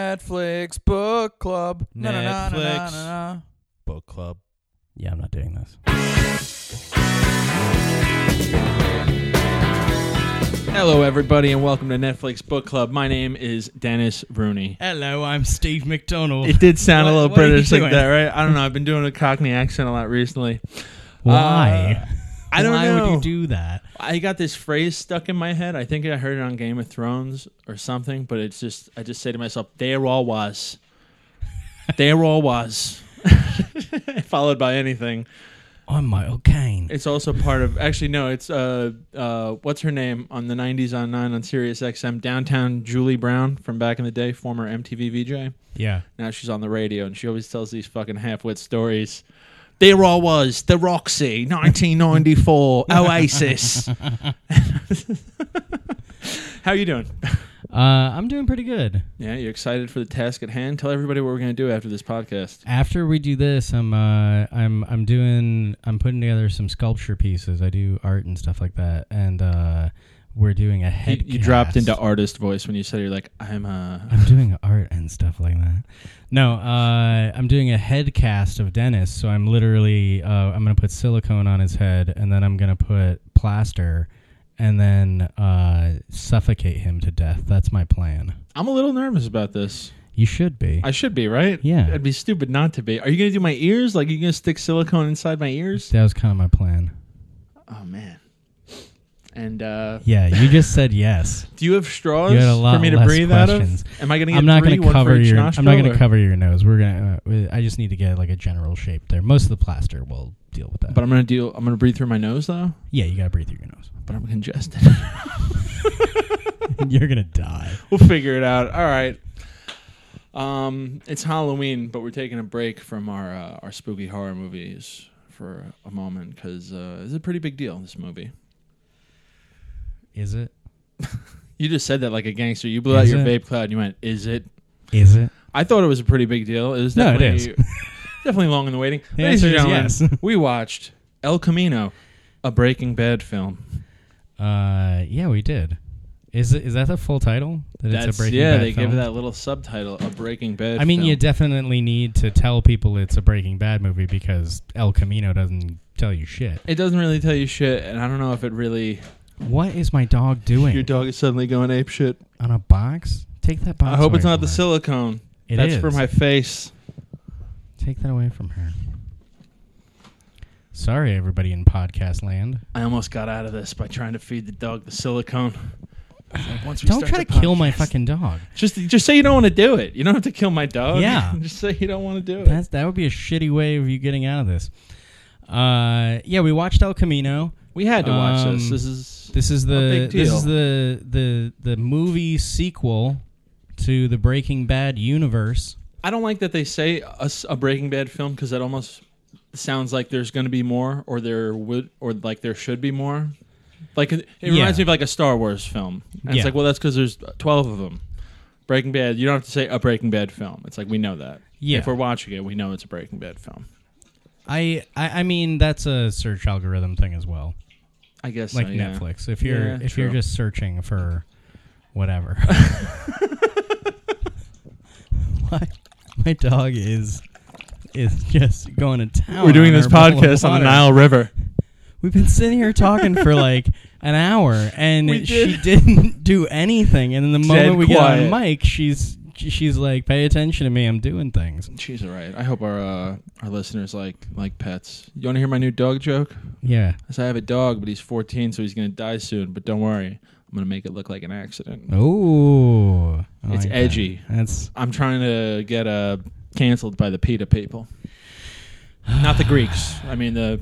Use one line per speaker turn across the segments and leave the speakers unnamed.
Netflix book club. Na, na, na, na, na,
Netflix.
na, na.
Book club.
Yeah, I'm not doing this.
Hello, everybody, and welcome to Netflix Book Club. My name is Dennis Rooney.
Hello, I'm Steve McDonald.
It did sound a
What-
little
what are you
British like
doing?
that, right? I don't know. I've been doing a Cockney accent a lot recently.
Why?
I don't
Why
know.
would you do that?
I got this phrase stuck in my head. I think I heard it on Game of Thrones or something, but it's just I just say to myself, "There all was, there all was," followed by anything.
I'm Michael Caine.
It's also part of actually no, it's uh uh what's her name on the '90s on Nine on Sirius XM, Downtown Julie Brown from back in the day, former MTV VJ.
Yeah.
Now she's on the radio and she always tells these fucking half-wit stories. There I was, The Roxy, 1994, Oasis. How you doing?
Uh, I'm doing pretty good.
Yeah, you excited for the task at hand? Tell everybody what we're going to do after this podcast.
After we do this, I'm uh, I'm I'm doing I'm putting together some sculpture pieces. I do art and stuff like that, and uh, we're doing a
You,
head.
you dropped
cast.
into artist voice when you said you're like, I'm uh, a.
I'm doing art and stuff like that. No, uh, I'm doing a head cast of Dennis. So I'm literally, uh, I'm gonna put silicone on his head, and then I'm gonna put plaster, and then uh, suffocate him to death. That's my plan.
I'm a little nervous about this.
You should be.
I should be, right?
Yeah.
I'd be stupid not to be. Are you going to do my ears? Like, you going to stick silicone inside my ears?
that was kind of my plan.
Oh, man. And uh,
Yeah, you just said yes.
do you have straws
You had a lot
for me to
less
breathe
questions.
out of? Am I going to get
I'm not
going
gonna
to
cover your. I'm not
going
gonna cover your nose. We're gonna. Uh, I just need to get like a general shape there. Most of the plaster will deal with that.
But I'm going to do. I'm going to breathe through my nose though.
yeah, you gotta breathe through your nose.
But I'm congested.
You're gonna die.
we'll figure it out. All right. Um, it's Halloween, but we're taking a break from our uh, our spooky horror movies for a moment because uh, it's a pretty big deal. This movie.
Is it?
You just said that like a gangster. You blew out
Is
your
it?
vape cloud. and You went, "Is it?"
Is it?
I thought it was a pretty big deal. It was
No, it
definitely definitely long in the waiting.
The
Ladies and
answer
gentlemen,
is yes.
we watched El Camino, a Breaking Bad film.
Uh, yeah, we did. Is it, is that the full title? That
That's- yeah. they give that little subtitle, a Breaking Bad.
I mean,
film.
you definitely need to tell people it's a Breaking Bad movie because El Camino doesn't tell you shit.
It doesn't really tell you shit, and I don't know if it really.
What is my dog doing
Your dog is suddenly going ape shit.
on a box? Take that box.
I hope
away
it's not
from
the
her.
silicone.
It
That's
is.
for my face.
Take that away from her. Sorry, everybody in podcast land.
I almost got out of this by trying to feed the dog the silicone. Like, once we
Don't
start
try to
the
kill
podcast-
my fucking dog.
Just, just say you don't want to do it. You don't have to kill my dog.
Yeah.
just say you don't want to do it.
That's, that would be a shitty way of you getting out of this. Uh, yeah, we watched El Camino.
we had to watch this.
Um,
This is
This is
A
the
big
this
deal.
is the the the movie sequel to the Breaking Bad universe.
I don't like that they say a, s- a Breaking Bad film because it almost sounds like there's going to be more, or there would, or like there should be more. Like it, it
Yeah.
reminds me of like a Star Wars film. And
Yeah.
It's like, well, that's because there's twelve of them. Breaking Bad. You don't have to say a Breaking Bad film. It's like we know that.
Yeah.
If we're watching it, we know it's a Breaking Bad film.
I I, I mean that's a search algorithm thing as well,
I guess
like
so, yeah.
Netflix. If you're
Yeah,
if
true.
you're just searching for whatever. my, my dog is is just going to town.
We're doing
on
this
our bottle of
podcast on
water.
the Nile River.
We've been sitting here talking for like an hour, and
We
she didn't do anything. And then the
Dead
moment we
quiet.
get on mic, she's she's like, "Pay attention to me. I'm doing things."
She's all right. I hope our uh, our listeners like like pets. You want to hear my new dog joke?
Yeah.
So I have a dog, but he's 14, so he's gonna die soon. But don't worry, I'm gonna make it look like an accident.
Oh,
It's edgy.
That's
I'm trying to get uh, canceled by the PETA people, not the Greeks. I mean the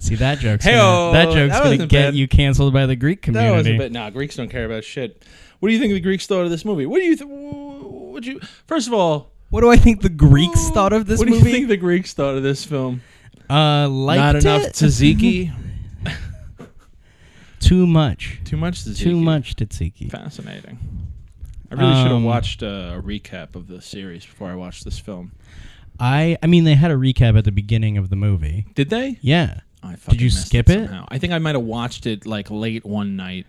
see that joke's
Hey-o,
gonna, that joke's
that
gonna
wasn't
get
bad.
you canceled by the Greek
that was
community.
a bit. Nah, Greeks don't care about shit. What do you think the Greeks thought of this movie? What do you th- would you? First of all,
what do I think the Greeks thought of this
what
movie?
do you think the Greeks thought of this film?
uh, liked
not enough
it?
tzatziki.
Too much.
Too much tzatziki.
Too much tzatziki.
Fascinating. I really should have
Um,
watched uh, a recap of the series before I watched this film.
I I mean, they had a recap at the beginning of the movie.
Did they?
Yeah.
I fucking
you
missed
skip it?
somehow. I think I might have watched it like late one night.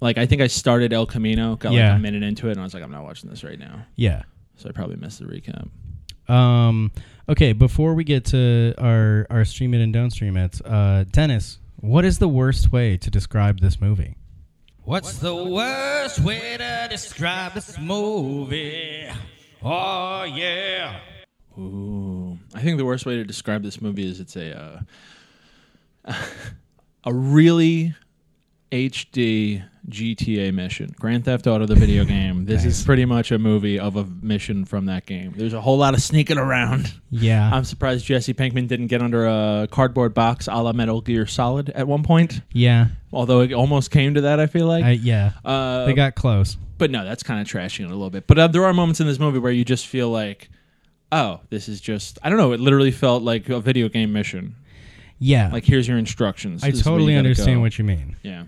Like I think I started El Camino, got
Yeah.
like a minute into it, and I was like, I'm not watching this right now.
Yeah.
So I probably missed the recap.
Um, okay, before we get to our, our stream it and don't stream it, uh, Dennis, what is the worst way to describe this movie?
What's the worst way to describe this movie? Oh, yeah.
Ooh, I think the worst way to describe this movie is it's a uh, a really HD GTA mission, Grand Theft Auto the video game. This is pretty much a movie of a mission from that game. There's a whole lot of sneaking around.
Yeah.
I'm surprised Jesse Pinkman didn't get under a cardboard box a la Metal Gear Solid at one point.
yeah.
Although it almost came to that, I feel like.
I, yeah.
uh,
they got close.
but no, that's kind of trashing it a little bit. But uh, there are moments in this movie where you just feel like, oh, this is just, I don't know, it literally felt like a video game mission.
Yeah.
Like, here's your instructions.
I
This is where
totally
you gotta
understand
go.
what you mean.
Yeah.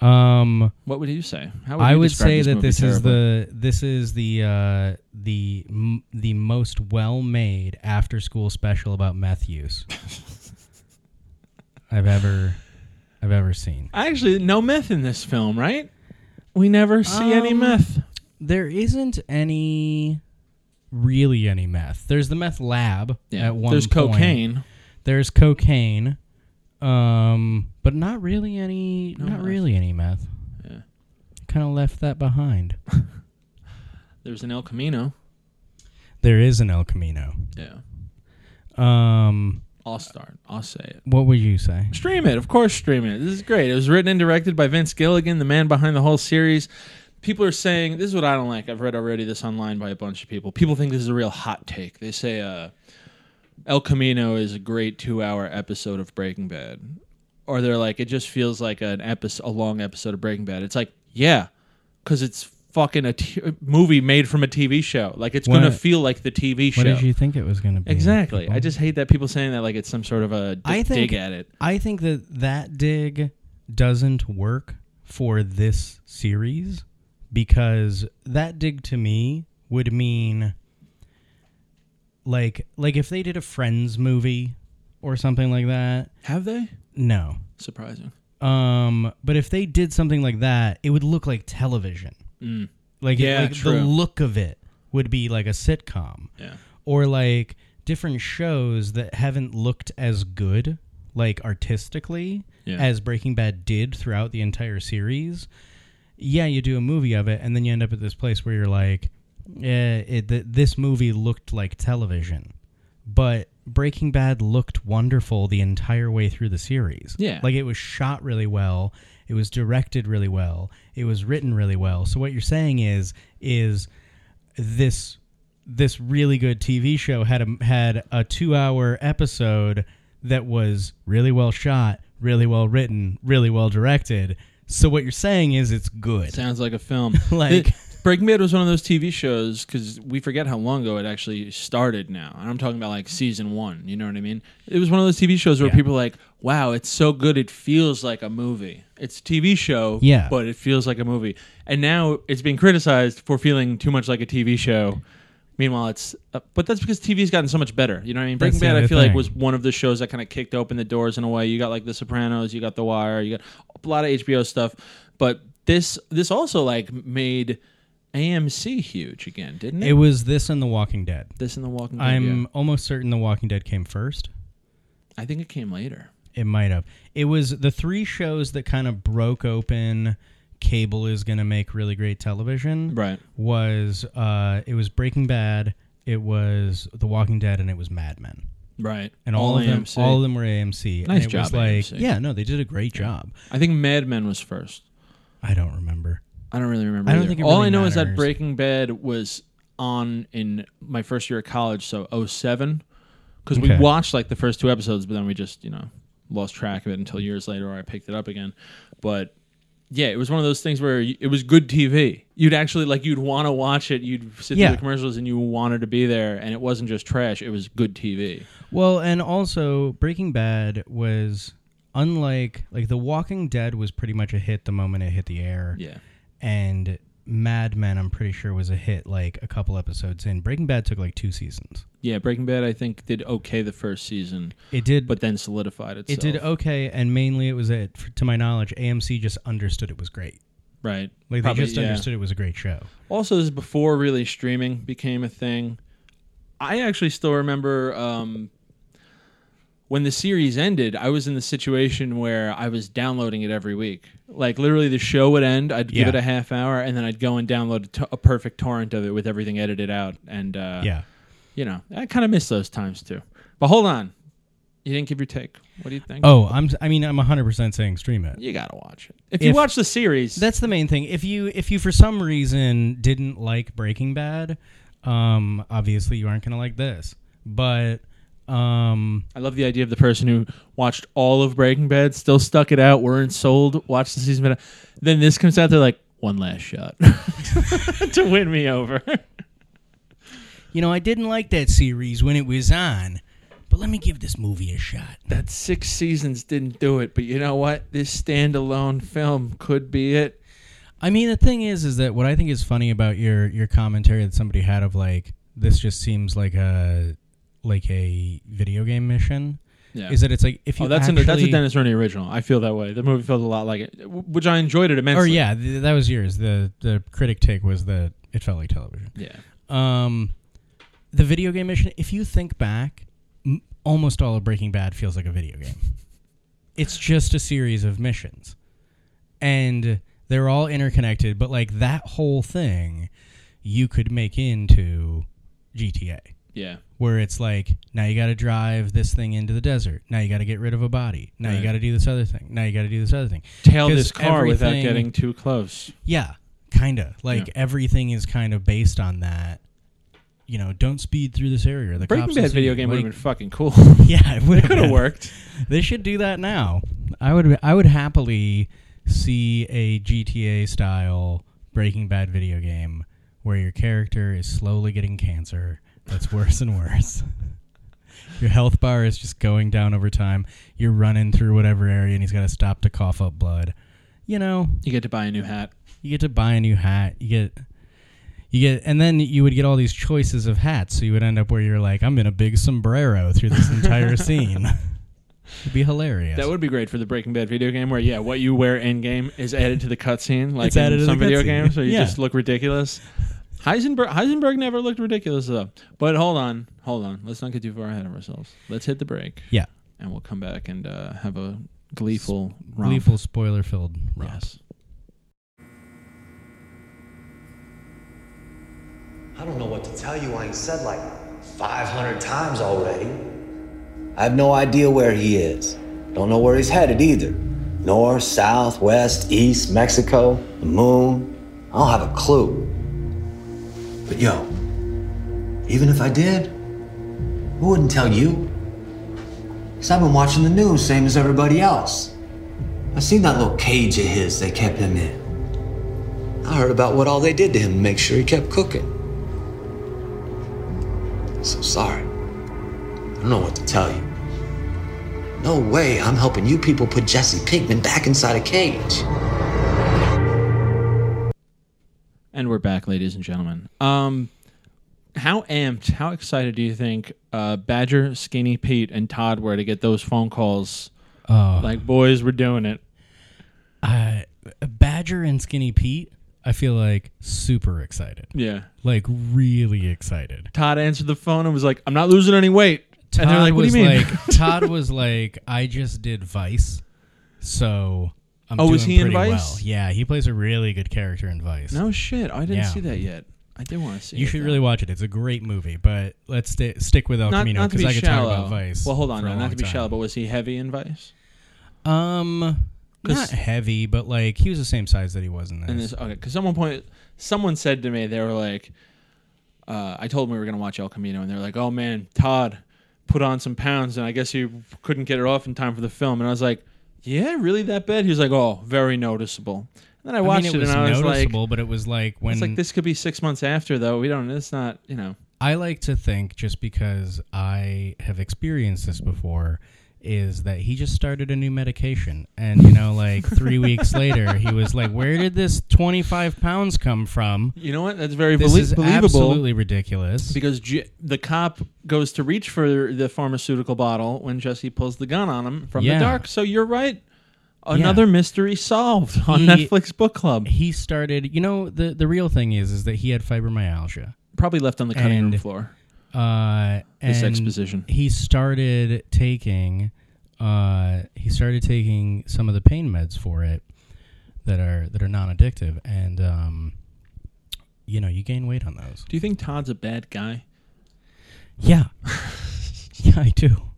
Um,
What would you say? How
I
you
would
describe
say that
movie
Oh, this is
terribly?
the this is the uh, the m- the most well made after school special about meth use I've ever I've ever seen.
Actually, no myth in this film, right? We never see any
Um,
myth.
There isn't any really any meth. There's the meth lab
Yeah.
at one
There's
point.
cocaine.
There's cocaine. Um, but not really any
No
not
meth.
really any meth.
Yeah.
Kind of left that behind.
There's an El Camino.
There is an El Camino.
Yeah.
Um,
I'll start. I'll say it.
what would you say?
Stream it, of course, stream it. This is great. It was written and directed by Vince Gilligan, the man behind the whole series. People are saying this is what I don't like. I've read already this online by a bunch of people. People think this is a real hot take. They say uh, El Camino is a great two-hour episode of Breaking Bad, or they're like it just feels like an episode, a long episode of Breaking Bad. It's like yeah, because it's fucking a t- movie made from a TV show. Like it's gonna
What-
feel like the TV show.
What did you think it was going to be?
exactly.
people?
I just hate that people saying that like it's some sort of a d-
I think-
dig at it.
I think that that dig doesn't work for this series because that dig to me would mean like like if they did a Friends movie or something like that.
Have they?
No.
Surprising.
Um, but if they did something like that, it would look like television.
Mm.
Like, it-
Yeah,
like the
true.
look of it would be like a sitcom.
Yeah.
or like different shows that haven't looked as good like artistically
Yeah.
as Breaking Bad did throughout the entire series. Yeah, you do a movie of it and then you end up at this place where you're like, yeah, it, th- this movie looked like television. But Breaking Bad looked wonderful the entire way through the series.
Yeah.
Like it was shot really well, it was directed really well, it was written really well. So what you're saying is is this this really good TV show had a had a two hour episode that was really well shot, really well written, really well directed. So what you're saying is it's good.
Sounds like a film.
Like-
Th- Breaking Bad was one of those TV shows because we forget how long ago it actually started now. And I'm talking about like season one. You know what I mean? It was one of those TV shows where
Yeah.
people are like, wow, it's so good. It feels like a movie. It's a TV show,
Yeah.
but it feels like a movie. And now it's being criticized for feeling too much like a TV show. Meanwhile, it's uh, but that's because TV's gotten so much better. You know what I mean?
That's
Breaking
the
Bad, I
other
feel like
thing.
was one of the shows that kind of kicked open the doors in a way. You got like The Sopranos, you got The Wire, you got a lot of HBO stuff, but this this also like made AMC huge again, didn't it?
It was this and The Walking Dead.
this and The Walking Dead.
I'm
yeah.
almost certain The Walking Dead came first.
I think it came later.
It might have. It was the three shows that kind of broke open cable is going to make really great television.
Right.
Was uh it was Breaking Bad, it was The Walking Dead and it was Mad Men.
Right.
and all, of them,
AMC.
all of them were AMC.
Nice
and it
job,
was like,
AMC.
yeah, no, they did a great job.
I think Mad Men was first.
I don't remember.
I don't really remember.
I don't
either.
think it
all
really
I know is that
matters.
Breaking Bad was on in my first year of college, so 07. Because
Okay.
we watched like the first two episodes, but then we just you know lost track of it until years later, or I picked it up again. But yeah, it was one of those things where y- it was good TV. You'd actually like you'd want to watch it. You'd sit
Yeah.
through the commercials, and you wanted to be there. And it wasn't just trash; it was good TV.
Well, and also Breaking Bad was unlike like The Walking Dead was pretty much a hit the moment it hit the air,
Yeah,
and Mad Men I'm pretty sure was a hit like a couple episodes in. Breaking Bad took like two seasons.
yeah. Breaking Bad, I think, did okay the first season,
It did,
but then solidified itself.
it did okay, and mainly it was it. To my knowledge, AMC just understood it was great.
right.
Like
Probably,
they just
yeah.
understood it was a great show.
Also, this is before really streaming became a thing. I actually still remember um, when the series ended, I was in the situation where I was downloading it every week. Like, literally, the show would end, I'd give
Yeah.
it a half hour, and then I'd go and download a, to- a perfect torrent of it with everything edited out. And, uh,
yeah.
you know, I kind of miss those times too. But hold on. You didn't give your take. What do you think?
Oh, I'm. I mean, I'm 100 percent saying stream it.
You got to watch it. If, you
If-
watch the series,
That's the main thing. If you if you for some reason didn't like Breaking Bad, um, obviously you aren't gonna like this. But um,
I love the idea of the person who watched all of Breaking Bad, still stuck it out, weren't sold, watched the season. finale. Then this comes out, they're like, one last shot to win me over.
you know, I didn't like that series when it was on, but let me give this movie a shot.
That six seasons didn't do it, but you know what? This standalone film could be it.
I mean, the thing is, is that what I think is funny about your your commentary that somebody had of like this just seems like a like a video game mission
Yeah.
is that it's like if you
oh, that's,
actually,
an, that's a Dennis Rooney original. I feel that way. The movie felt a lot like it, w- which I enjoyed it
or
immensely.
yeah th- that was yours the the critic take was that it felt like television
Yeah.
um, the video game mission. If you think back, m- almost all of Breaking Bad feels like a video game. It's just a series of missions, and they're all interconnected. But like that whole thing, you could make into GTA,
Yeah.
where it's like now you got to drive this thing into the desert. Now you got to get rid of a body. Now you
Right.
got to do this other thing. Now you got to do this other thing.
Tail
'Cause
this car without
everything-
getting too close.
Yeah, kind of. Like
Yeah.
everything is kind of based on that. You know, don't speed through this area. The
Breaking
cops will
Bad
see
video
you.
game would
Like,
have been fucking cool.
yeah, it would
Could have worked.
They should do that now. I would. I would happily see a GTA style Breaking Bad video game where your character is slowly getting cancer. That's worse and worse. Your health bar is just going down over time. You're running through whatever area, and he's got to stop to cough up blood. You know,
You get to buy a new hat.
you get to buy a new hat. You get you get and then you would get all these choices of hats. So you would end up where you're like, I'm in a big sombrero through this entire scene. It'd be hilarious.
That would be great for the Breaking Bad video game, where yeah, what you wear in game is added to the cutscene, like
It's added
in
to
some
the
video
cutscene.
games, where you
Yeah.
just look ridiculous. Heisenberg Heisenberg never looked ridiculous though. But hold on, hold on. Let's not get too far ahead of ourselves. Let's hit the break.
Yeah.
and we'll come back and uh, have a gleeful romp.
gleeful spoiler filled romp.
Yes.
I don't know what to tell you. I ain't said like 500 times already. I have no idea where he is. Don't know where he's headed either. North, south, west, east, Mexico, the moon. I don't have a clue. But yo, even if I did, who wouldn't tell you? Because I've been watching the news, same as everybody else. I seen that little cage of his they kept him in. I heard about what all they did to him to make sure he kept cooking. So sorry. I don't know what to tell you. No way I'm helping you people put Jesse Pinkman back inside a cage.
And we're back, ladies and gentlemen. Um, how amped, how excited do you think uh, Badger, Skinny Pete, and Todd were to get those phone calls?
Oh,
Like, boys, we're doing it.
I- Uh, Badger and Skinny Pete. I feel like super excited,
Yeah.
like really excited.
Todd answered the phone and was like, "I'm not losing any weight."
Todd
and they're like, "What do
was
you mean?"
like, Todd was like, I just did Vice, so I'm
Oh,
doing
was he in
pretty
Vice?
well. Yeah, he plays a really good character in Vice.
no shit, I didn't
Yeah.
see that yet. I did want to see.
You
it,
should
though.
really watch it. It's a great movie, but let's sti stick with El
not,
Camino
not to
because
be
I could
shallow.
talk about Vice.
Well, hold on,
for a
now, not
long
to be
time.
shallow, but was he heavy in Vice?
Um,
'Cause-
not heavy, but like he was the same size that he was in this.
And this okay, because someone point, someone said to me, they were like, uh, "I told them we were gonna watch El Camino," and they're like, "Oh man, Todd put on some pounds, and I guess he couldn't get it off in time for the film." And I was like, "Yeah, really that bad?" He was like, "Oh, very noticeable." And then I
I
watched
mean, it was
and I was like,
noticeable, but it was like when
"It's like this could be six months after, though. We don't. It's not, you know."
I like to think just because I have experienced this before is that he just started a new medication and you know like three weeks later he was like where did this 25 pounds come from
You know what? That's very
this
belie-
is
believable.
absolutely ridiculous
because J- the cop goes to reach for the pharmaceutical bottle when Jesse pulls the gun on him from
Yeah.
the dark. So you're right. Another mystery solved on
He-
Netflix Book Club.
He started. You know, the the real thing is, is that he had fibromyalgia.
Probably left on the cutting room
And-
floor.
Uh,
This
and
exposition.
He started taking. Uh, he started taking some of the pain meds for it that are that are non-addictive, and um, you know, you gain weight on those.
Do you think Todd's a bad guy?
Yeah, yeah, I do.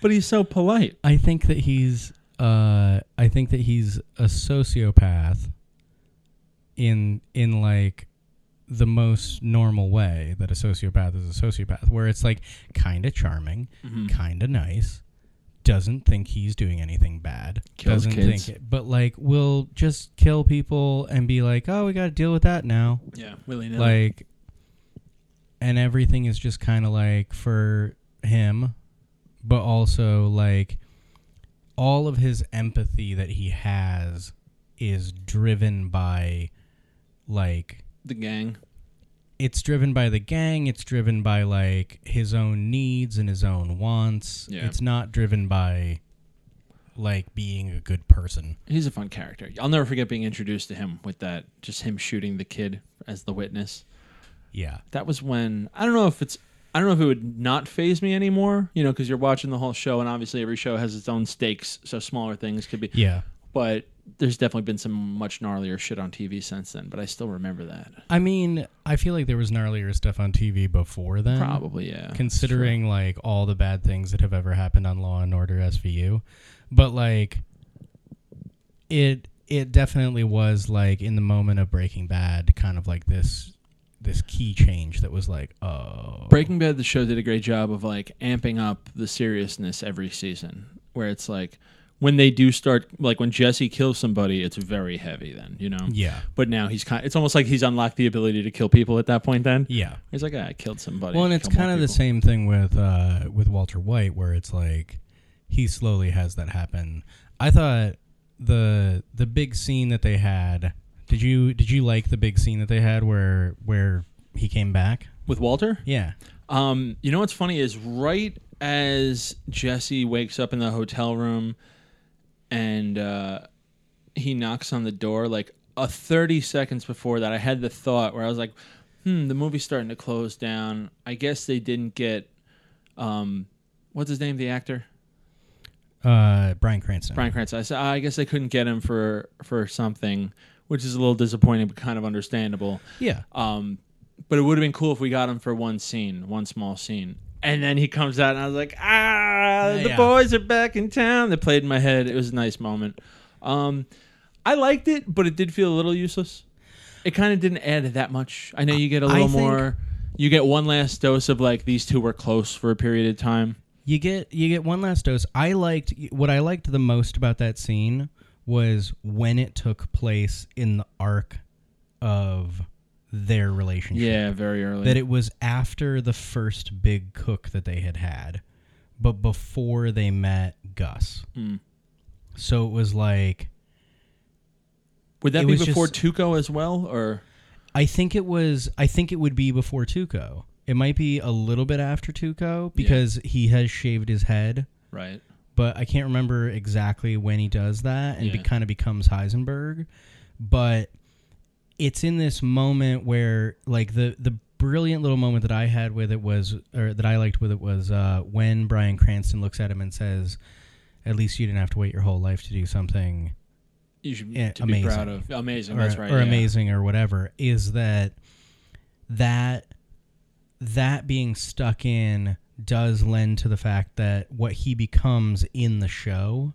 But he's so polite.
I think that he's uh I think that he's a sociopath in in like the most normal way that a sociopath is a sociopath where it's like kind of charming,
Mm-hmm.
kind of nice, doesn't think he's doing anything bad,
Kills
doesn't
kids.
think it, but like will just kill people and be like, "Oh, we got to deal with that now."
Yeah, willy nilly.
Like and everything is just kind of like for him but also like all of his empathy that he has is driven by like
the gang.
it's driven by the gang it's driven by like his own needs and his own wants
Yeah.
it's not driven by like being a good person
He's a fun character. I'll never forget being introduced to him with that, just him shooting the kid as the witness.
yeah
That was when I don't know if it's I don't know if it would not phase me anymore. You know, because you're watching the whole show, and obviously every show has its own stakes, so smaller things could be.
yeah
But there's definitely been some much gnarlier shit on TV since then. But I still remember that.
i mean i feel like there was gnarlier stuff on tv before then
Probably yeah.
considering like all the bad things that have ever happened on Law and Order SVU, but like it it definitely was like in the moment of Breaking Bad, kind of like this this key change that was like oh
Breaking Bad, the show did a great job of like amping up the seriousness every season, where it's like when they do start, like when Jesse kills somebody, it's very heavy. Then you know,
yeah
But now he's kind. It's almost like he's unlocked the ability to kill people at that point. Then
yeah.
he's like, ah, I killed somebody.
Well, and it's
kill more
kind of the
people."
same thing with uh, with Walter White, where it's like he slowly has that happen. I thought the the big scene that they had. Did you did you like the big scene that they had where where he came back?
with Walter.
Yeah.
Um, you know what's funny is right as Jesse wakes up in the hotel room, and uh, he knocks on the door. Like a thirty seconds before that, I had the thought where I was like, "Hmm, the movie's starting to close down. I guess they didn't get, um, what's his name, the actor."
Uh, Brian Cranston.
Brian Cranston. I said, "Ah, I guess they couldn't get him for for something, which is a little disappointing, but kind of understandable.
Yeah.
Um, but it would have been cool if we got him for one scene, one small scene. And then he comes out, and I was like, ah, the
Yeah.
boys are back in town. That played in my head. It was a nice moment. Um, I liked it, but it did feel a little useless. It kind of didn't add that much. I know you get a
I
little
think-
more. You get one last dose of like these two were close for a period of time.
You get you get one last dose. I liked what I liked the most about that scene was when it took place in the arc of their relationship.
Yeah, very early.
That it was after the first big cook that they had had, but before they met Gus. So it was like
would that
it
be
was
before
just-
Tuco as well, or?
I think it was. I think it would be before Tuco. It might be a little bit after Tuco because he has shaved his head.
Right.
but I can't remember exactly when he does that and
Yeah.
be, kind of becomes Heisenberg. But it's in this moment where, like the the brilliant little moment that I had with it was, or that I liked with it was uh, when Brian Cranston looks at him and says, "At least you didn't have to wait your whole life to do something
You should
Yeah,
to be proud of. Amazing.
or,
that's right.
or
yeah.
amazing or whatever." Is that that that being stuck in does lend to the fact that what he becomes in the show,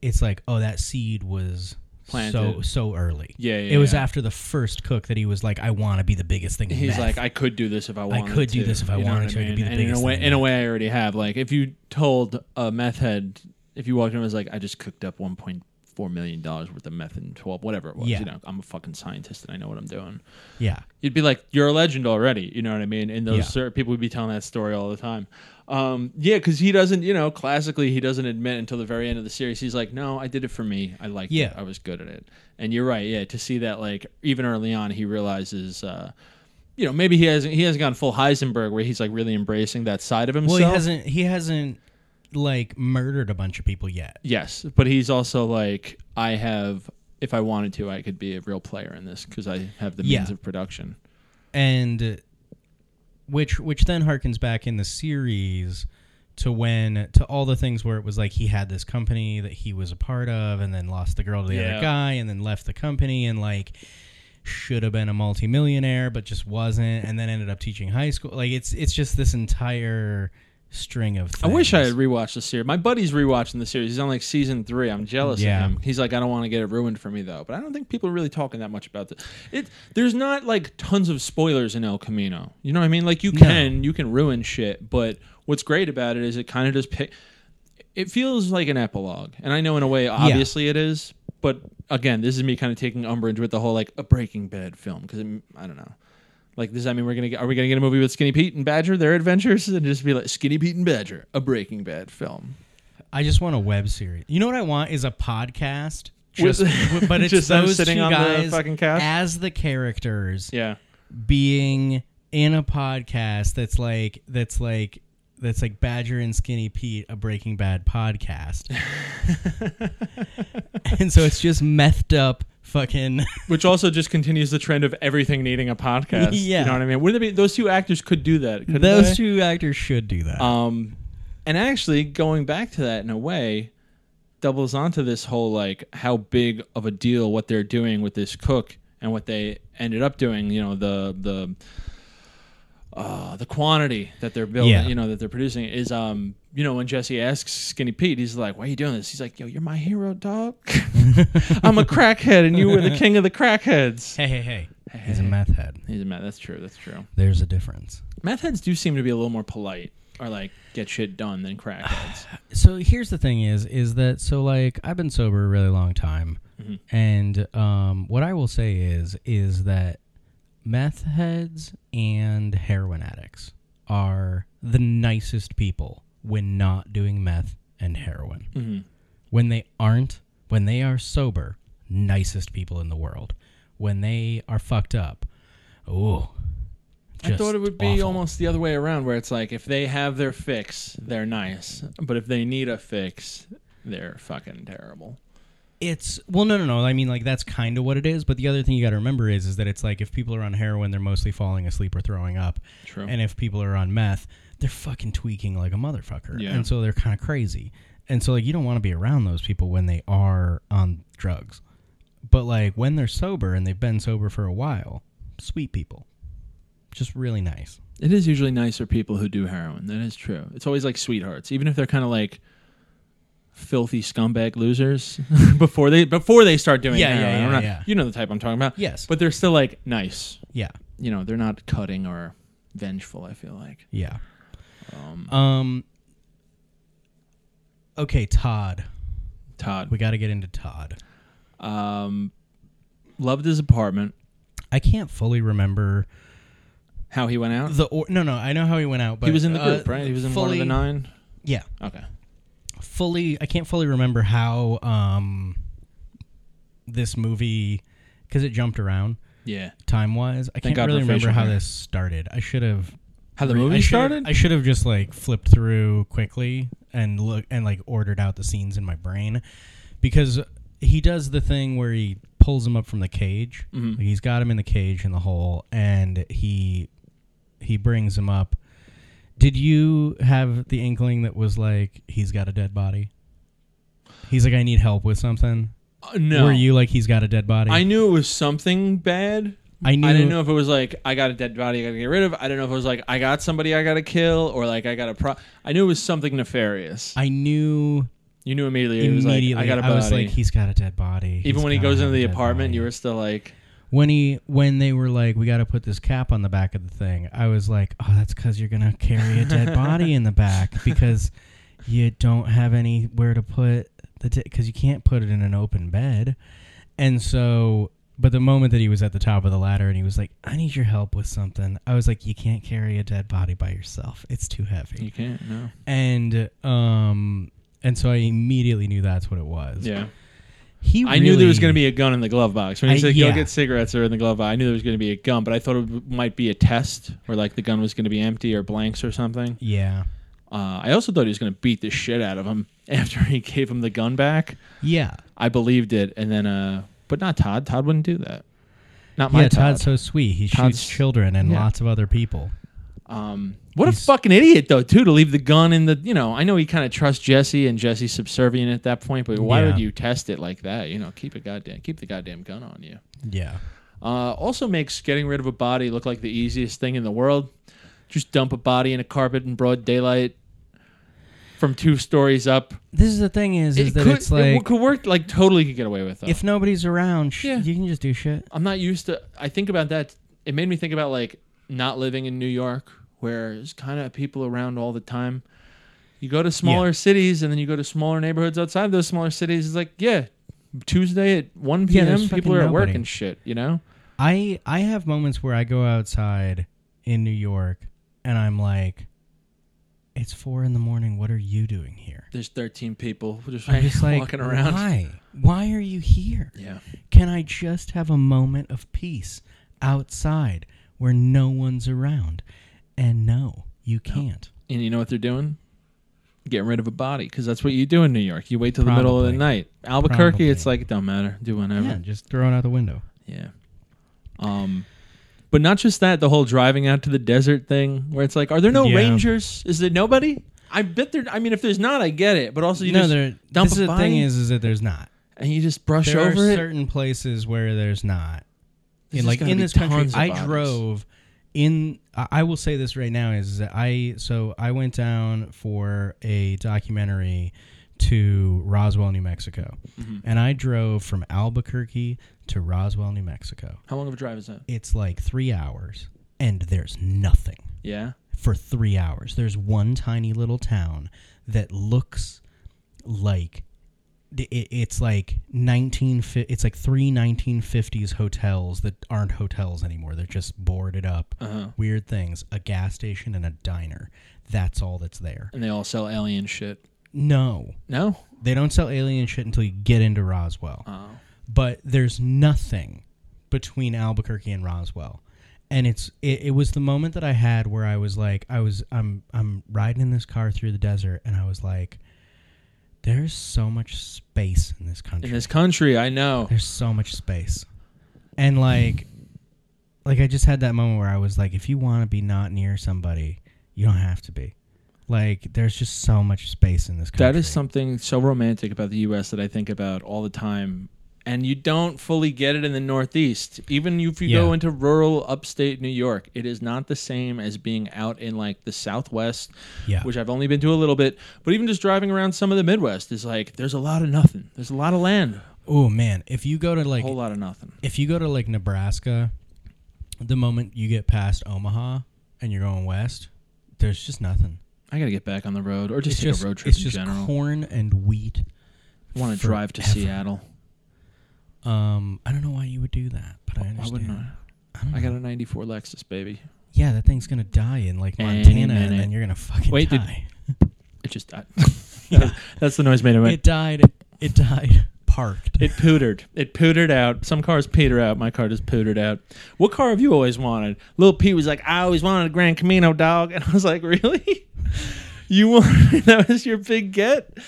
it's like, oh, that seed was so
Planted.
so early.
Yeah, yeah,
it was
yeah.
after the first cook that he was like, I want to be the biggest thing. in
He's
meth."
like, I could do this if I wanted.
could do
to,"
this if I
you know
wanted
what
to, I could be the
and in
biggest
a way,
thing.
in a way, I already have. Like, if you told a meth head, if you walked in and was like, I just cooked up one point four million dollars worth of meth in twelve, whatever it was.
Yeah.
You know, I'm a fucking scientist and I know what I'm doing.
yeah,
You'd be like, you're a legend already. You know what I mean? And those
Yeah.
cer- people would be telling that story all the time. Um, yeah, because he doesn't, you know, classically he doesn't admit until the very end of the series. He's like, no, I did it for me. I liked
Yeah.
it. I was good at it. And you're right. Yeah, to see that, like, even early on, he realizes, uh, you know, maybe he hasn't he hasn't gone full Heisenberg where he's like really embracing that side of himself.
Well, he hasn't. He hasn't. like murdered a bunch of people yet.
Yes, but he's also like, I have. If I wanted to, I could be a real player in this because I have the means
Yeah.
of production.
and uh, which which then harkens back in the series to when to all the things where it was like he had this company that he was a part of and then lost the girl to the
Yeah.
other guy and then left the company and like should have been a multimillionaire but just wasn't and then ended up teaching high school like it's it's just this entire string of things.
I wish I had rewatched the series. My buddy's rewatching the series. He's on like season three. I'm jealous
Yeah.
of him. He's like, I don't want to get it ruined for me though. But I don't think people are really talking that much about this. It there's not like tons of spoilers in El Camino. You know what I mean? Like you can you can ruin shit, but what's great about it is it kind of just pick. It feels like an epilogue, and I know in a way, obviously it is. But again, this is me kind of taking umbrage with the whole like a Breaking Bad film because I don't know. Like, does that mean we're gonna get? Are we gonna get a movie with Skinny Pete and Badger, their adventures, and just be like Skinny Pete and Badger, a Breaking Bad film?
I just want a web series. You know what I want is a podcast. Just,
With-
w- but it's
just them
those
sitting
two
on the
guys
fucking couch?
as the characters
Yeah,
being in a podcast that's like that's like that's like Badger and Skinny Pete, a Breaking Bad podcast. and so it's just methed up fucking
which also just continues the trend of everything needing a podcast.
Yeah.
you know what I mean. Wouldn't it be those two actors could do that? couldn't they?
those two actors should do that.
Um, and actually, going back to that in a way, doubles onto this whole like how big of a deal what they're doing with this cook and what they ended up doing. You know the the uh, the quantity that they're building.
Yeah.
You know that they're producing is um you know when Jesse asks Skinny Pete, he's like, "Why are you doing this?" He's like, "Yo, you're my hero, dog. I'm a crackhead, and you were the king of the crackheads."
hey, hey, hey. He's a meth head.
He's mad. That's true. That's true.
There's a difference.
Meth heads do seem to be a little more polite or like get shit done than crackheads.
so here's the thing is is that so like i've been sober a really long time
Mm-hmm.
and um, what i will say is is that meth heads and heroin addicts are the nicest people when not doing meth and heroin
Mm-hmm.
when they aren't when they are sober nicest people in the world when they are fucked up oh
I thought it would be
awful.
almost the other way around, where it's like if they have their fix, they're nice, but if they need a fix, they're fucking terrible.
it's well no no no i mean like that's kind of what it is but the other thing you got to remember is is that it's like if people are on heroin they're mostly falling asleep or throwing up
True.
and if people are on meth they're fucking tweaking like a motherfucker
Yeah.
and so they're kind of crazy and so like you don't want to be around those people when they are on drugs but like when they're sober and they've been sober for a while sweet people just really nice
It is usually nicer people who do heroin. That is true. It's always like sweethearts, even if they're kind of like filthy scumbag losers before they before they start doing
Yeah, yeah,
heroin.
yeah,
I'm not-
yeah.
You know the type I'm talking about.
Yes.
but they're still like nice.
yeah
You know, they're not cutting or vengeful. I feel like.
Yeah. Um. Okay, Todd.
Todd
We got to get into Todd.
um, loved his apartment.
I can't fully remember
How he went out.
the or no no I know how he went out but
he was in the
uh,
group, right? He was in one of
fully-
the nine.
Yeah,
Okay.
fully. I can't fully remember how um this movie because it jumped around
Yeah.
time wise. I can't
God
really
for
remember
facial
how
hair.
this started. I should have
How the
re-
movie
I should've-
started?
I should have just like flipped through quickly and look and like ordered out the scenes in my brain because he does the thing where he pulls him up from the cage.
Mm-hmm.
He's got him in the cage in the hole, and he he brings him up. Did you have the inkling that was like he's got a dead body? He's like, I need help with something.
Uh, no.
Were you like, he's got a dead body?
I knew it was something bad.
I knew.
I didn't know if it was like I got a dead body I got to get rid of. I don't know if it was like I got somebody I got to kill or like I got a pro. I knew it was something nefarious.
I knew
You knew immediately. It was like
immediately.
I got a body.
I was like, he's got a dead body.
Even
He's
when he
gotta
goes
have
into
a
the
dead
apartment,
body."
you were still like,
when he when they were like, we got to put this cap on the back of the thing. I was like, oh, that's because you're gonna carry a dead body in the back because you don't have anywhere to put the because you can't put it in an open bed, and so. But the moment that he was at the top of the ladder and he was like, "I need your help with something," I was like, "You can't carry a dead body by yourself; it's too heavy."
you can't. No.
and um and so I immediately knew that's what it was.
Yeah.
He
I knew there was
really-
going to be a gun in the glove box. When he
I-
said
yeah.
go get cigarettes or in the glove box, I knew there was going to be a gun, but I thought it w- might be a test or like the gun was going to be empty or blanks or something.
Yeah.
Uh, I also thought he was going to beat the shit out of him after he gave him the gun back.
Yeah.
I believed it, and then uh, but not Todd. Todd wouldn't do that. Not my
yeah,
Todd.
Todd's so sweet. He
Todd's-
shoots children and
yeah.
lots of other people.
um, what a fucking idiot though, too, to leave the gun in the. You know, I know he kind of trusts Jesse, and Jesse's subservient at that point. But why
Yeah.
would you test it like that? You know, keep a goddamn keep the goddamn gun on you.
Yeah.
Uh, also makes getting rid of a body look like the easiest thing in the world. Just dump a body in a carpet in broad daylight from two stories up.
This is the thing is, is that
could,
it's like
it could work like totally could get away with though.
if nobody's around, sh-
Yeah.
you can just do shit.
I'm not used to. I think about that. It made me think about like not living in New York, where there's kind of people around all the time. You go to smaller
Yeah.
cities, and then you go to smaller neighborhoods outside those smaller cities. It's like, yeah, Tuesday at 1
Yeah,
p.m.
there's
people
fucking
are at work
nobody.
and shit. You know?
I I have moments where I go outside in New York and I'm like, it's four in the morning. What are you doing here?
There's 13 people just,
I'm just like
walking around.
Why? Why are you here?
Yeah.
Can I just have a moment of peace outside where no one's around? And no, you can't.
And you know what they're doing? Getting rid of a body because that's what you do in New York. You wait till the middle of the
Probably.
night. Albuquerque, it's
Probably.
like it don't matter. Do whenever.
Yeah, just throw it out the window.
Yeah. Um, but not just that, the whole driving out to the desert thing, where it's like, are there no
Yeah.
rangers? Is there nobody? I bet there. I mean, if there's not, I get it. But also, you
no,
just
there.
dump
This is
a
the
body
thing is, is that there's not.
and you just brush
there
over
are
it.
certain places where there's not.
There's
In,
just
like
gotta
in
be
this country,
tons of
I
bodies.
drove in. I I will say this right now is that I so I went down for a documentary to Roswell, New Mexico,
Mm-hmm.
and I drove from Albuquerque to Roswell, New Mexico.
How long of a drive is that?
It's like three hours, and there's nothing
Yeah.
for three hours. There's one tiny little town that looks like it, it's like 19 fi- it's like three 1950s hotels that aren't hotels anymore they're just boarded up
Uh-huh.
weird things a gas station and a diner that's all that's there
And they all sell alien shit.
no
No.
they don't sell alien shit until you get into roswell
Oh.
but there's nothing between Albuquerque and Roswell. And it's it, it was the moment that I had where I was like I was I'm I'm riding in this car through the desert and I was like there's so much space in this country.
In this country, I know.
there's so much space. And like like I just had that moment where I was like if you want to be not near somebody, you don't have to be. Like there's just so much space in this country.
That is something so romantic about the U.S. that I think about all the time, and you don't fully get it in the Northeast. Even if you go
Yeah.
into rural upstate New York, it is not the same as being out in like the Southwest,
Yeah.
which I've only been to a little bit. But even just driving around some of the Midwest is like there's a lot of nothing. There's a lot of land,
Oh man, if you go to like
a whole lot of nothing.
if you go to like Nebraska, the moment you get past Omaha and you're going west, there's just nothing.
I gotta get back on the road, or just
it's
take
just
a road trip
it's
in
just
general.
corn and wheat.
I want to drive to
forever.
Seattle.
Um, I don't know why you would do that, but I
Why
understand.
wouldn't I?
don't
I got a '94 Lexus, baby.
Yeah, that thing's gonna die in like
Any
Montana, and
minute.
then you're gonna fucking
Wait, did-
die.
It just died. That's the noise made. It went.
it died. It died. Parked.
It pootered. It pootered out. Some cars peter out. My car just pootered out. What car have you always wanted? Lil P was like, I always wanted a Grand Camino dog. And I was like, Really? You wanted that was your big get?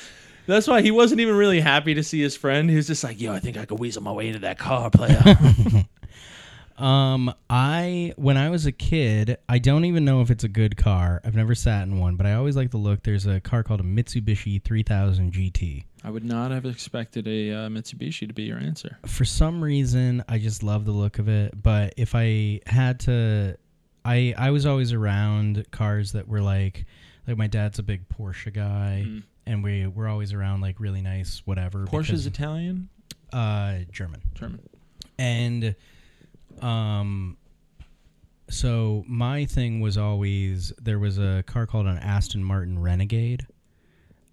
That's why he wasn't even really happy to see his friend. He was just like, Yo, I think I could weasel my way into that car, player.
Um, I when I was a kid, I don't even know if it's a good car. I've never sat in one, but I always like to look. There's a car called a Mitsubishi 3000 GT.
I would not have expected a uh, Mitsubishi to be your answer.
for some reason I just love the look of it, but if I had to I I was always around cars that were like like my dad's a big Porsche guy and we we're always around like really nice whatever
Porsche's
because,
Italian?
uh German.
German.
And um so my thing was always there was a car called an Aston Martin Renegade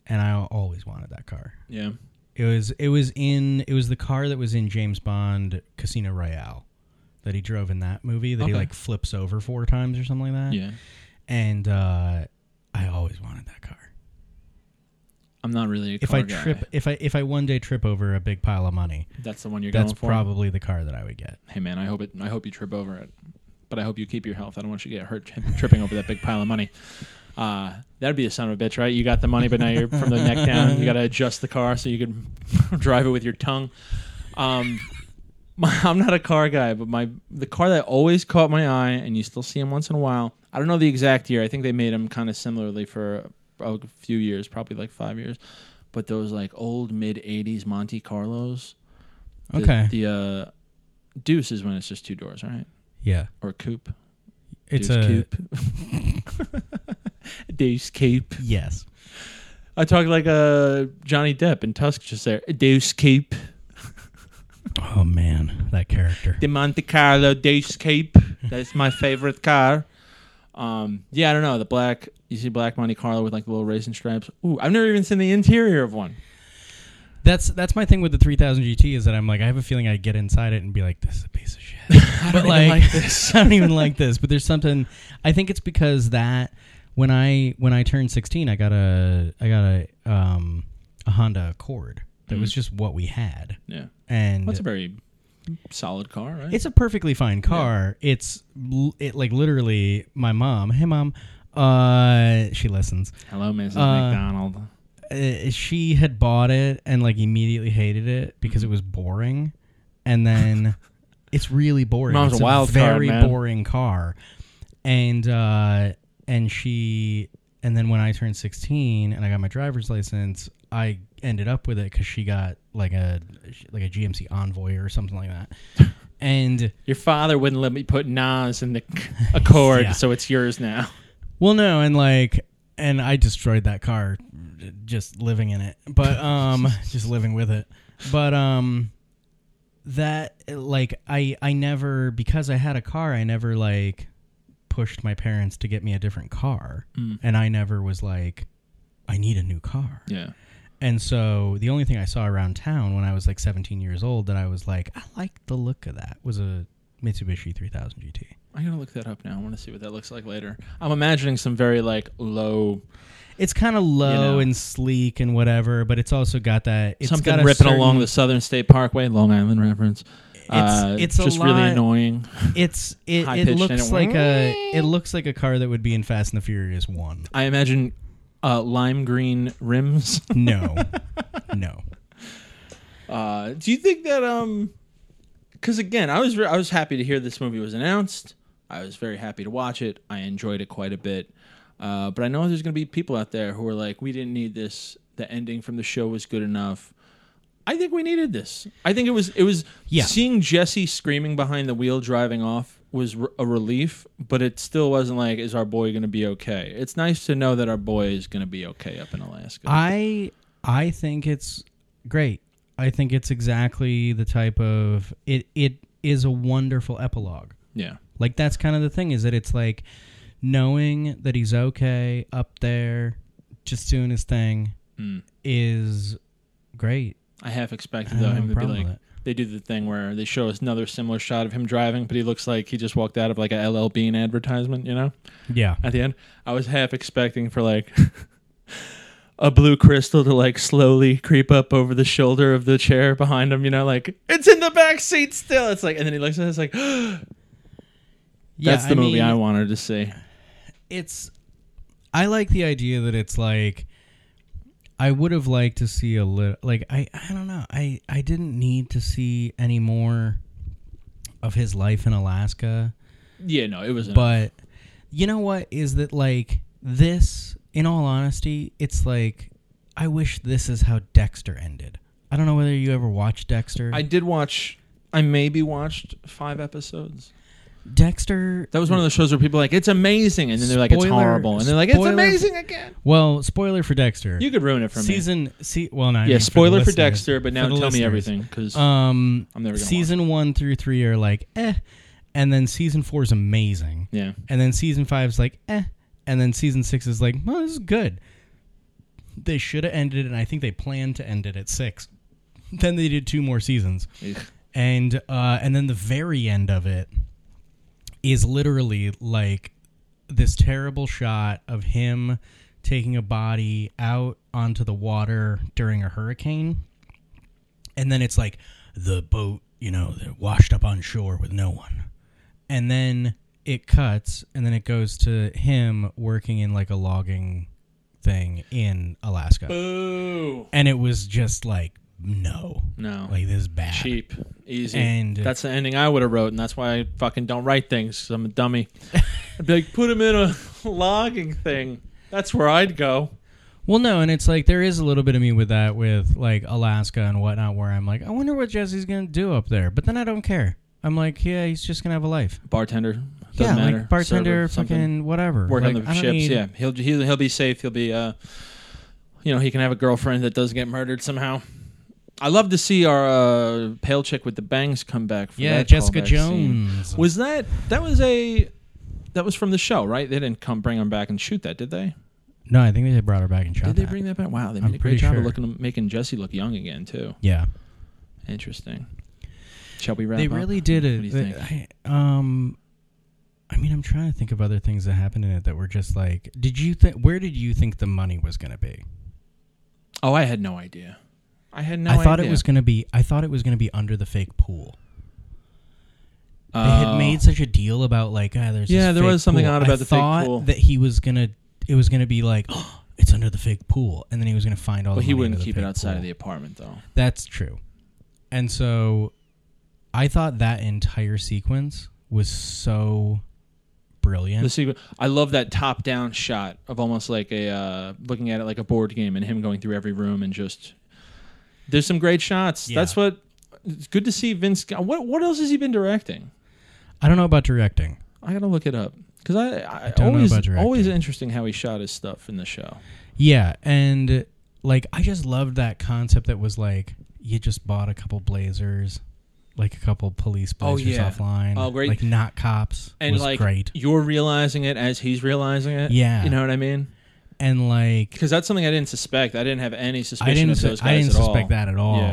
and I always wanted that car.
Yeah.
It was it was in it was the car that was in James Bond Casino Royale that he drove in that movie that he
Okay.
like flips over four times or something like that.
Yeah.
And uh, I always wanted that car.
I'm not really a
If
car
I
guy.
trip if I if I one day trip over a big pile of money,
That's the one you're
that's
going for.
probably the car that I would get.
hey man, I hope it. I hope you trip over it, but I hope you keep your health. I don't want you to get hurt tri- tripping over that big pile of money. Uh, that'd be a son of a bitch, right? You got the money, but now you're from the neck down. You got to adjust the car so you can drive it with your tongue. Um, my, I'm not a car guy, but my the car that always caught my eye, and you still see them once in a while. I don't know the exact year. I think they made them kind of similarly for a, a few years, probably like five years. But those like old mid '80s Monte Carlos. The-
Okay.
The uh, Deuce is when it's just two doors, right?
yeah.
Or coupe.
It's
Deuce
a
coupe. Deuce coupe.
yes.
I talk like uh, Johnny Depp and Tusk just there. Deuce coupe.
Oh man, that character.
the Monte Carlo Deuce Cape. That's my favorite car. Um, yeah, I don't know the black. You see black Monte Carlo with like the little racing stripes. Ooh, I've never even seen the interior of one.
That's that's my thing with the 3000 GT is that I'm like I have a feeling I get inside it and be like this is a piece of shit. but like, I don't even like this. But there's something I think it's because that when I when I turned 16 I got a I got a um a Honda Accord that was just what we had
Yeah,
and
that's a very solid car, right?
it's a perfectly fine car. It's l- it like literally my mom. Hey mom, uh, she listens.
Hello, Mrs.
uh,
McDonald.
Uh, she had bought it and like immediately hated it because it was boring, and then it's really boring.
Mom's
it's
a wild card,
very
man.
boring car, and uh, and she and then when I turned sixteen and I got my driver's license, I ended up with it because she got like a like a GMC Envoy or something like that, and.
Your father wouldn't let me put Nas in the c- Accord,
Yeah.
so it's yours now.
Well, no, and like, and I destroyed that car j- just living in it, but um, just living with it, but um, that like I I never because I had a car I never like pushed my parents to get me a different car, and I never was like I need a new car,
Yeah,
and so the only thing I saw around town when I was like 17 years old that I was like I like the look of that was a Mitsubishi 3000 GT.
I gotta look that up now. I want to see what that looks like later. I'm imagining some very like low
It's kind of low
know?
and sleek and whatever, but it's also got that. It's
something
got a
ripping
certain-
along the Southern State Parkway, Long Island reference. It's, uh,
it's a
just really
lot-
annoying.
It's it,
High
it
pitched and
looks
it
like
went-
a it looks like a car that would be in Fast and the Furious One.
I imagine uh, lime green rims.
No, no.
Uh, do you think that um? Because again, I was re- I was happy to hear this movie was announced. I was very happy to watch it. I enjoyed it quite a bit. Uh, but I know there's going to be people out there who are like, we didn't need this. The ending from the show was good enough. I think we needed this. I think it was it was
Yeah.
seeing Jesse screaming behind the wheel driving off was r- a relief, but it still wasn't like is our boy going to be okay? It's nice to know that our boy is going to be okay up in Alaska.
I I think it's great. I think it's exactly the type of it. It is a wonderful epilogue.
yeah.
Like that's kind of the thing is that it's like knowing that he's okay up there, just doing his thing, is great.
I half expected
I
though
don't have
him
a
to be
problem
like
with it.
they do the thing where they show us another similar shot of him driving, but he looks like he just walked out of like a LL Bean advertisement, you know?
Yeah.
At the end, I was half expecting for like a blue crystal to like slowly creep up over the shoulder of the chair behind him, you know, like it's in the back seat still. It's like, and then he looks at us like that's the movie I wanted to see.
It's. I like the idea that it's like. I would have liked to see a little. Like I, I don't know. I I didn't need to see any more of his life in Alaska,
Yeah, no, it was.
but you know what is that like this? In all honesty, it's like I wish this is how Dexter ended. I don't know whether you ever watched Dexter.
I did watch. I maybe watched five episodes.
Dexter.
That was one of those shows where people are like, it's amazing. And then they're like, it's
Hmm. Spoiler-
horrible. And they're like, it's
spoiler-
amazing again.
Well, spoiler for Dexter.
You could ruin it for me.
season see well not
yeah, spoiler for, Dexter, but now tell me everything because
Um,
I'm never gonna
season one through three are like eh, and then season four is amazing,
yeah,
and then season five is like eh, and then season six is like well this is good. They should have ended it, and I think they planned to end it at six. Then they did two more seasons, and uh, and then the very end of it is literally like this terrible shot of him taking a body out onto the water during a hurricane and then it's like the boat you know they're washed up on shore with no one and then it cuts and then it goes to him working in like a logging thing in Alaska.
Boo.
And it was just like, no.
No.
Like this is bad.
Cheap. Easy.
And- uh,
that's the ending I would have wrote, and that's why I fucking don't write things, 'cause I'm a dummy. I'd be like, put him in a logging thing. That's where I'd go.
Well, no, and it's like there is a little bit of me with that, with like Alaska and whatnot, where I'm like, I wonder what Jesse's gonna do up there, but then I don't care. I'm like, yeah, he's just gonna have a life.
Bartender.
yeah,
Doesn't matter.
like bartender,
Server, something.
fucking whatever.
Work
Like,
on
I
the
don't
ships.
need-
Yeah, he'll, he'll he'll be safe. He'll be uh, you know, he can have a girlfriend that doesn't get murdered somehow. I love to see our uh, pale chick with the bangs come back. From
Yeah,
that
Jessica
callback scene.
Jones.
Was that that was a that was from the show, right? They didn't come bring him back and shoot that, did they?
No, I think they brought her back and shot
Did they
that.
bring that back? Wow, they
I'm
made a great
pretty
job
sure.
of looking making Jesse look young again too.
yeah,
Interesting. Shall we wrap?
they
up?
really did
What do
it.
you think?
I, um, I mean, I'm trying to think of other things that happened in it that were just like, did you think? Where did you think the money was gonna be?
oh, I had no idea. I had no.
I thought it
idea.
was gonna be. I thought it was gonna be under the fake pool. They had
Oh.
made such a deal about like, ah, there's this
Yeah, there
fake
was something
pool.
odd about
I
the fake
thought
pool.
That he was gonna, it was gonna be like, oh, it's under the fake pool, and then he was gonna find all.
But
the
he
money
wouldn't
under the
keep it
fake
outside
pool.
of the apartment though.
That's true, and so I thought that entire sequence was so brilliant.
The sequel. I love that top-down shot of almost like a uh, looking at it like a board game, and him going through every room and just. There's some great shots.
Yeah.
That's what. It's good to see Vince. Gu- What what else has he been directing?
I don't know about directing.
I gotta look it up because I, I,
don't know
always
about directing.
always interesting how he shot his stuff in the show.
Yeah, and like I just loved that concept that was like you just bought a couple blazers, like a couple police
Oh,
blazers
yeah.
offline.
Oh, great.
Like not cops
And
was
like
great.
you're realizing it as he's realizing it.
Yeah.
you know what I mean.
And like
Because that's something I didn't suspect. I didn't have any suspicion
I didn't
of
su-
those guys
I didn't
at all.
suspect that at all.
Yeah.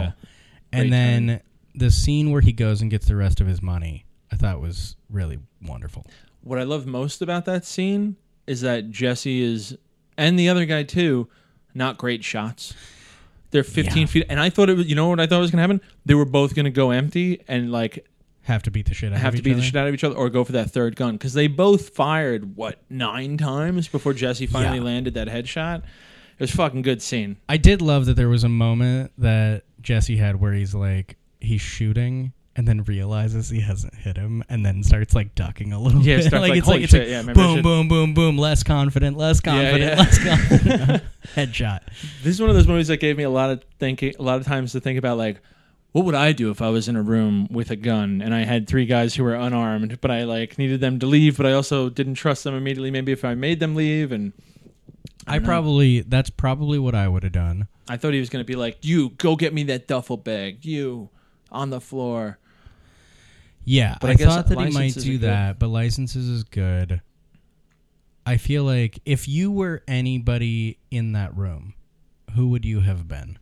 Great
And then the scene where he goes and gets the rest of his money, I thought was really wonderful.
what I love most about that scene is that Jesse is and the other guy too, not great shots. They're 15
Yeah.
feet, and I thought it was. You know what I thought was gonna happen? They were both gonna go empty and like
Have to beat the shit out of
have to
each
beat
other.
the shit out of each other, or go for that third gun because they both fired what nine times before Jesse finally
Yeah.
landed that headshot. It was a fucking good scene.
I did love that there was a moment that Jesse had where he's like he's shooting and then realizes he hasn't hit him and then starts like ducking a little
Yeah,
bit.
starts like,
it's
"Holy
like it's
shit, yeah,
like
maybe I
boom,
should-
boom, boom, boom, less confident, less confident,
yeah.
less confident. Headshot.
This is one of those movies that gave me a lot of thinking, a lot of times to think about, like, what would I do if I was in a room with a gun and I had three guys who were unarmed, but I like needed them to leave, but I also didn't trust them immediately. Maybe if I made them leave, and
I, probably that's probably what I would have done.
I thought he was going to be like, "You go get me that duffel bag, you on the floor."
Yeah,
But
I,
I guess
thought that he might
Licenses are
do
good.
that, but licenses is good. I feel like if you were anybody in that room, who would you have been?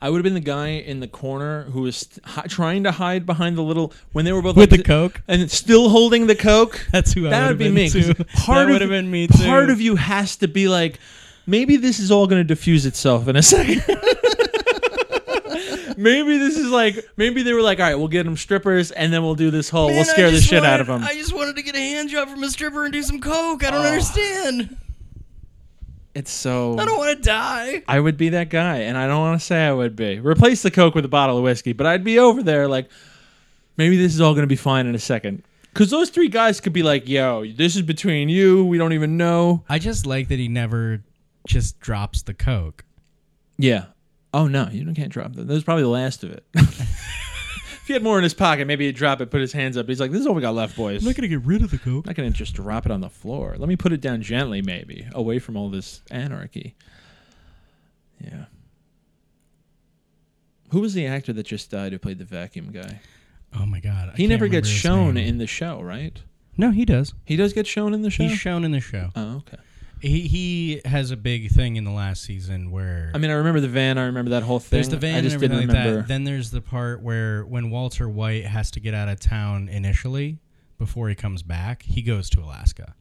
I would have been the guy in the corner who was st- hi- trying to hide behind the little when they were both
With
like
the Coke?
and still holding the coke.
That's who I
that
would've
would be
been
me. 'cause
too.
Part
That
of
would've been me too.
Part of you has to be like, maybe this is all going to diffuse itself in a second. maybe this is like, maybe they were like, all right, we'll get them strippers, and then we'll do this whole, we'll scare the shit out of them.
just wanted to get a hand job from a stripper and do some coke. I don't understand.
it's so.
want to die.
I would be that guy, and I don't want to say I would be. Replace the Coke with a bottle of whiskey, but I'd be over there like, maybe this is all going to be fine in a second. Because those three guys could be like, yo, this is between you. We don't even know.
I just like that he never just drops the coke.
Yeah. Oh, no, you don't- can't drop them. That was probably the last of it. if he had more in his pocket, maybe he'd drop it, put his hands up. He's like, this is all we got left, boys. I'm
gonna get rid of the coke.
not going to just drop it on the floor. Let me put it down gently, maybe, away from all this anarchy. Yeah. Who was the actor that just died who played the vacuum guy?
Oh my god! I
He
can't
never
remember
gets
his
shown
name.
in the show, right?
No, he does.
He does get shown in the show.
He's shown in the show.
oh, okay.
He he has a big thing in the last season where
I mean, I remember the van. I remember that whole thing.
there's the van
I just
and everything
didn't
like
remember.
that. Then there's the part where when Walter White has to get out of town initially before he comes back, he goes to Alaska,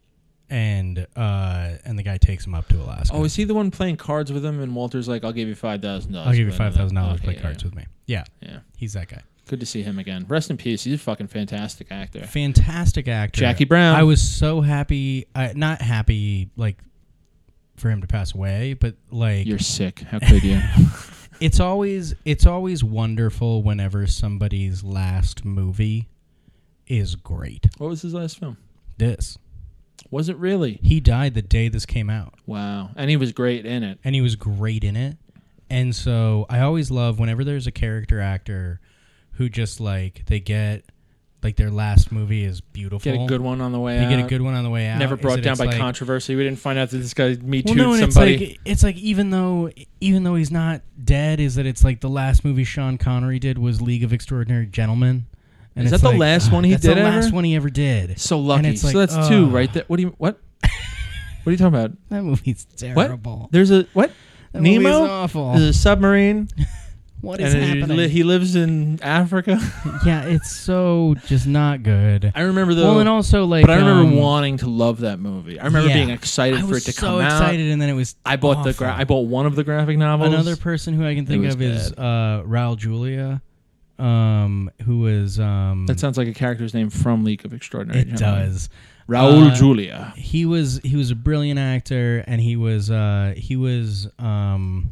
and uh and the guy takes him up to Alaska.
Oh, is he the one playing cards with him? And Walter's like, "I'll give you five thousand dollars.
I'll give you five thousand dollars. Play cards with me. Yeah,
Oh, Yeah.
he's that guy.
Good to see him again. Rest in peace. He's a fucking fantastic actor.
Fantastic actor.
Jackie Brown.
I was so happy. I, not happy, like, for him to pass away, but like,
You're sick. How could you?
it's always it's always wonderful whenever somebody's last movie is great.
what was his last film?
This
Was it really?
he died the day this came out,
Wow. And he was great in it.
and he was great in it. And so I always love whenever there's a character actor who just like they get like their last movie is beautiful.
Get a good one on the way
They
out.
get a good one on the way out.
Never
is
brought
that
down
it's
by
like-
controversy. We didn't find out that this guy me too
Well, no, and it's
somebody.
like it's like even though even though he's not dead, is that it's like the last movie Sean Connery did was League of Extraordinary Gentlemen. And
Is
it's
that the
like,
last
ah,
one he
that's
did
The last
ever?
one he ever did.
so lucky.
And it's like,
so that's two
uh,
right there. What do you what? what are you talking about?
That movie's
What?
terrible.
There's a what?
That movie's
Nemo?
awful.
There's a submarine.
What is
and he,
happening?
li- he lives in Africa.
yeah, it's so just not good.
I remember though.
well, and also like,
but I remember
um,
wanting to love that movie. I remember
yeah.
being excited
I
for it
was
to
so
come out.
excited, and then it was.
I bought the gra-
awful.
I bought one of the graphic novels.
Another person who I can think
was
of is uh, Raul Julia, um, who was um,
that sounds like a character's name from League of Extraordinary.
it
Gentlemen.
does.
Raul
Uh,
Julia.
he was he was a brilliant actor and he was uh he was um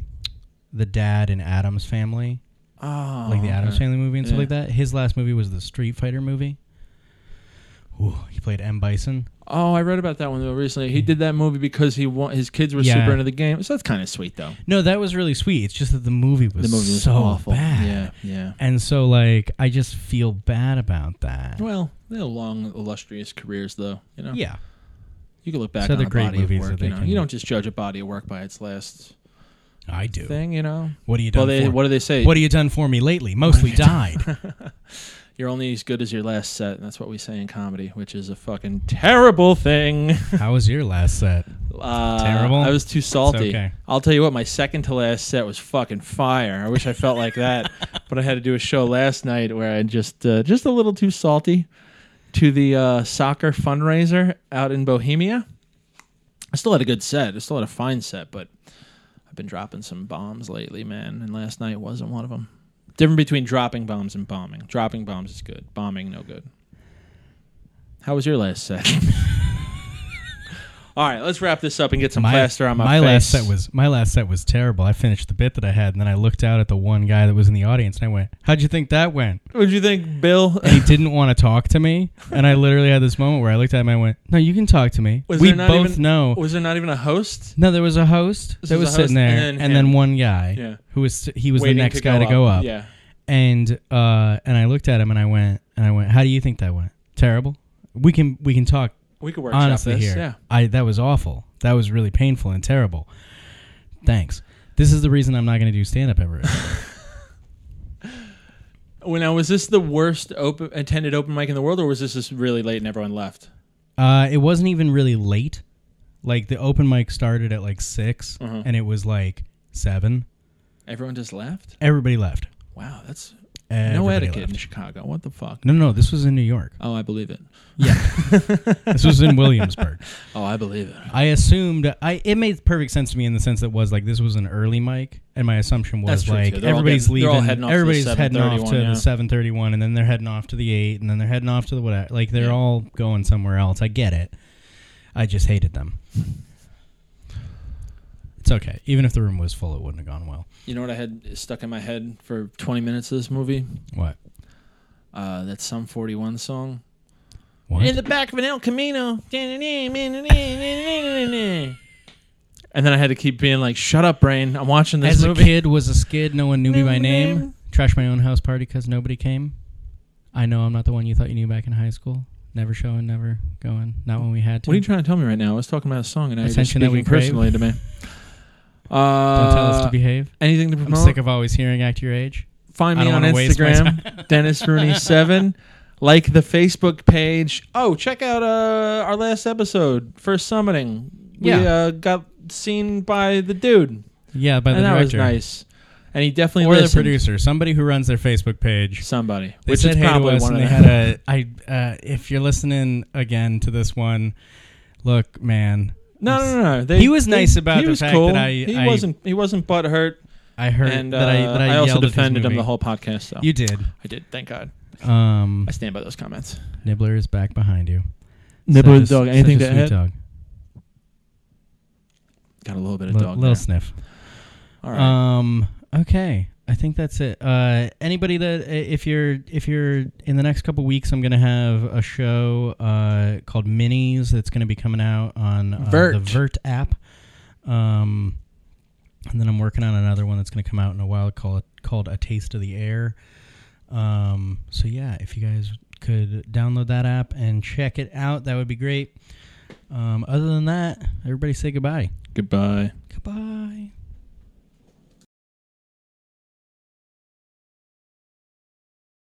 the dad in Adam's family
Oh,
like the Adam's
okay.
family movie and stuff
Yeah.
like that his last movie was the Street Fighter movie Ooh, he played M Bison
Oh, I read about that one though recently. He did that movie because he wa- his kids were
Yeah.
super into the game. So that's kind of sweet though.
no that was really sweet it's just that the movie was,
The movie was
so
awful.
bad
Yeah, yeah.
and so like I just feel bad about that
Well, they have long illustrious careers though. You know.
yeah
You can look back
So
on
they're
a
great
body
movies
of
that
work.
they
You, know?
can-
you don't just judge a body of work by its last
I do
thing. You know.
what do you
Well,
done
they
for
what do they say?
what have you done for me lately mostly died
You're only as good as your last set, and that's what we say in comedy, which is a fucking terrible thing.
how was your last set
Uh,
Terrible?
I was too salty.
okay.
I'll tell you what, my second to last set was fucking fire. I wish I felt like that, but I had to do a show last night where I just uh, just a little too salty to the uh, soccer fundraiser out in Bohemia. I still had a good set. I still had a fine set, but I've been dropping some bombs lately, man. And last night wasn't one of them. Different between dropping bombs and bombing. Dropping bombs is good. Bombing, no good. How was your last set? All right, let's wrap this up and get some plaster on my, face.
last set was my last set was terrible. I finished the bit that I had, and then I looked out at the one guy that was in the audience, and I went, "How'd you think that went?"
What'd you think, Bill?
And he didn't want to talk to me, and I literally had this moment where I looked at him, and I went, "No, you can talk to me.
Was
we
there not
both
even-
know."
Was there not even a host?
no, there was a host
This
that
was
was,
a host
sitting there,
and
and,
then
then,
him.
one guy
Yeah.
who was he was the
Waiting
next guy to go up,
Yeah.
and uh, and I looked at him, and I went, and I went, "How do you think that went? Terrible. We can we can talk
We could workshop
honestly
this.
here
Yeah.
i that was awful that was really painful and terrible thanks this is the reason i'm not going to do stand up ever again.
When now was this the worst open attended open mic in the world, or was this just really late and everyone left?
uh, it wasn't even really late like the open mic started at like 6
Uh-huh.
and it was like seven
Everyone just left.
everybody left
Wow, that's no
Everybody
etiquette in
left.
Chicago. What the fuck?
no no no this was in new york
Oh, I believe it.
this was in williamsburg
Oh, I believe it.
i assumed i it made perfect sense to me in the sense that was like this was an early mic and my assumption was
That's true,
like
too. They're all
everybody's
getting- they're all
leaving
heading off to the
everybody's heading off to
7:31, yeah.
the 731 and then they're heading off to the 8 and then they're heading off to the whatever like they're
Yeah.
all going somewhere else i get it i just hated them it's okay even if the room was full it wouldn't have gone well
You know what I had stuck in my head for 20 minutes of this movie?
what
Uh, that Sum 41 song.
what
In the back of an El Camino. And then I had to keep being like, "Shut up, brain! I'm watching this
as
movie."
a kid was a skid no one knew me by
Nobody
name,
name.
trash my own house party because nobody came i know i'm not the one you thought you knew back in high school never showing never going not when we had to
What are you trying to tell me right now? I was talking about a song, and now you're just
Attention that we
speaking personally to me. Uh,
don't tell us to behave
anything to
i'm
promote.
sick of always hearing act your age
Find
I
me
don't
on
wanna waste my
Instagram, Dennis Rooney Seven. Like the Facebook page. Oh, check out uh, our last episode, first summiting. We
Yeah.
uh, got seen by the dude,
yeah by
and
the
that was
director
nice. And he definitely
or the
listened.
producer somebody who runs their facebook page
Somebody,
they
which
said hey
is
to
probably
us
one
and
of
they
them.
had a i uh, if you're listening again to this one look man
No, no, no. no. They,
He was nice
they-
about
he
the
was
fact
cool.
that I-
he
I-
wasn't he wasn't butthurt.
I heard
and uh,
that I that I,
also
yelled at his
defended him
movie.
the whole podcast. So
You did.
I did. Thank God.
Um,
I stand by those comments.
Nibbler is back behind you.
Nibbler
Such a-
dog. Anything
such a
to
sweet
add?
Dog.
Got a little bit of
Li-
dog.
little
there.
sniff.
All right.
Um. Okay. I think that's it. Uh, anybody that i- if you're if you're in the next couple weeks, I'm gonna have a show uh, called Minis that's gonna be coming out on uh, the
Vert.
Vert app. Um, and then I'm working on another one that's gonna come out in a while called called A Taste of the Air. Um, so yeah, if you guys could download that app and check it out, that would be great. Um, other than that, everybody say goodbye.
Goodbye.
Goodbye.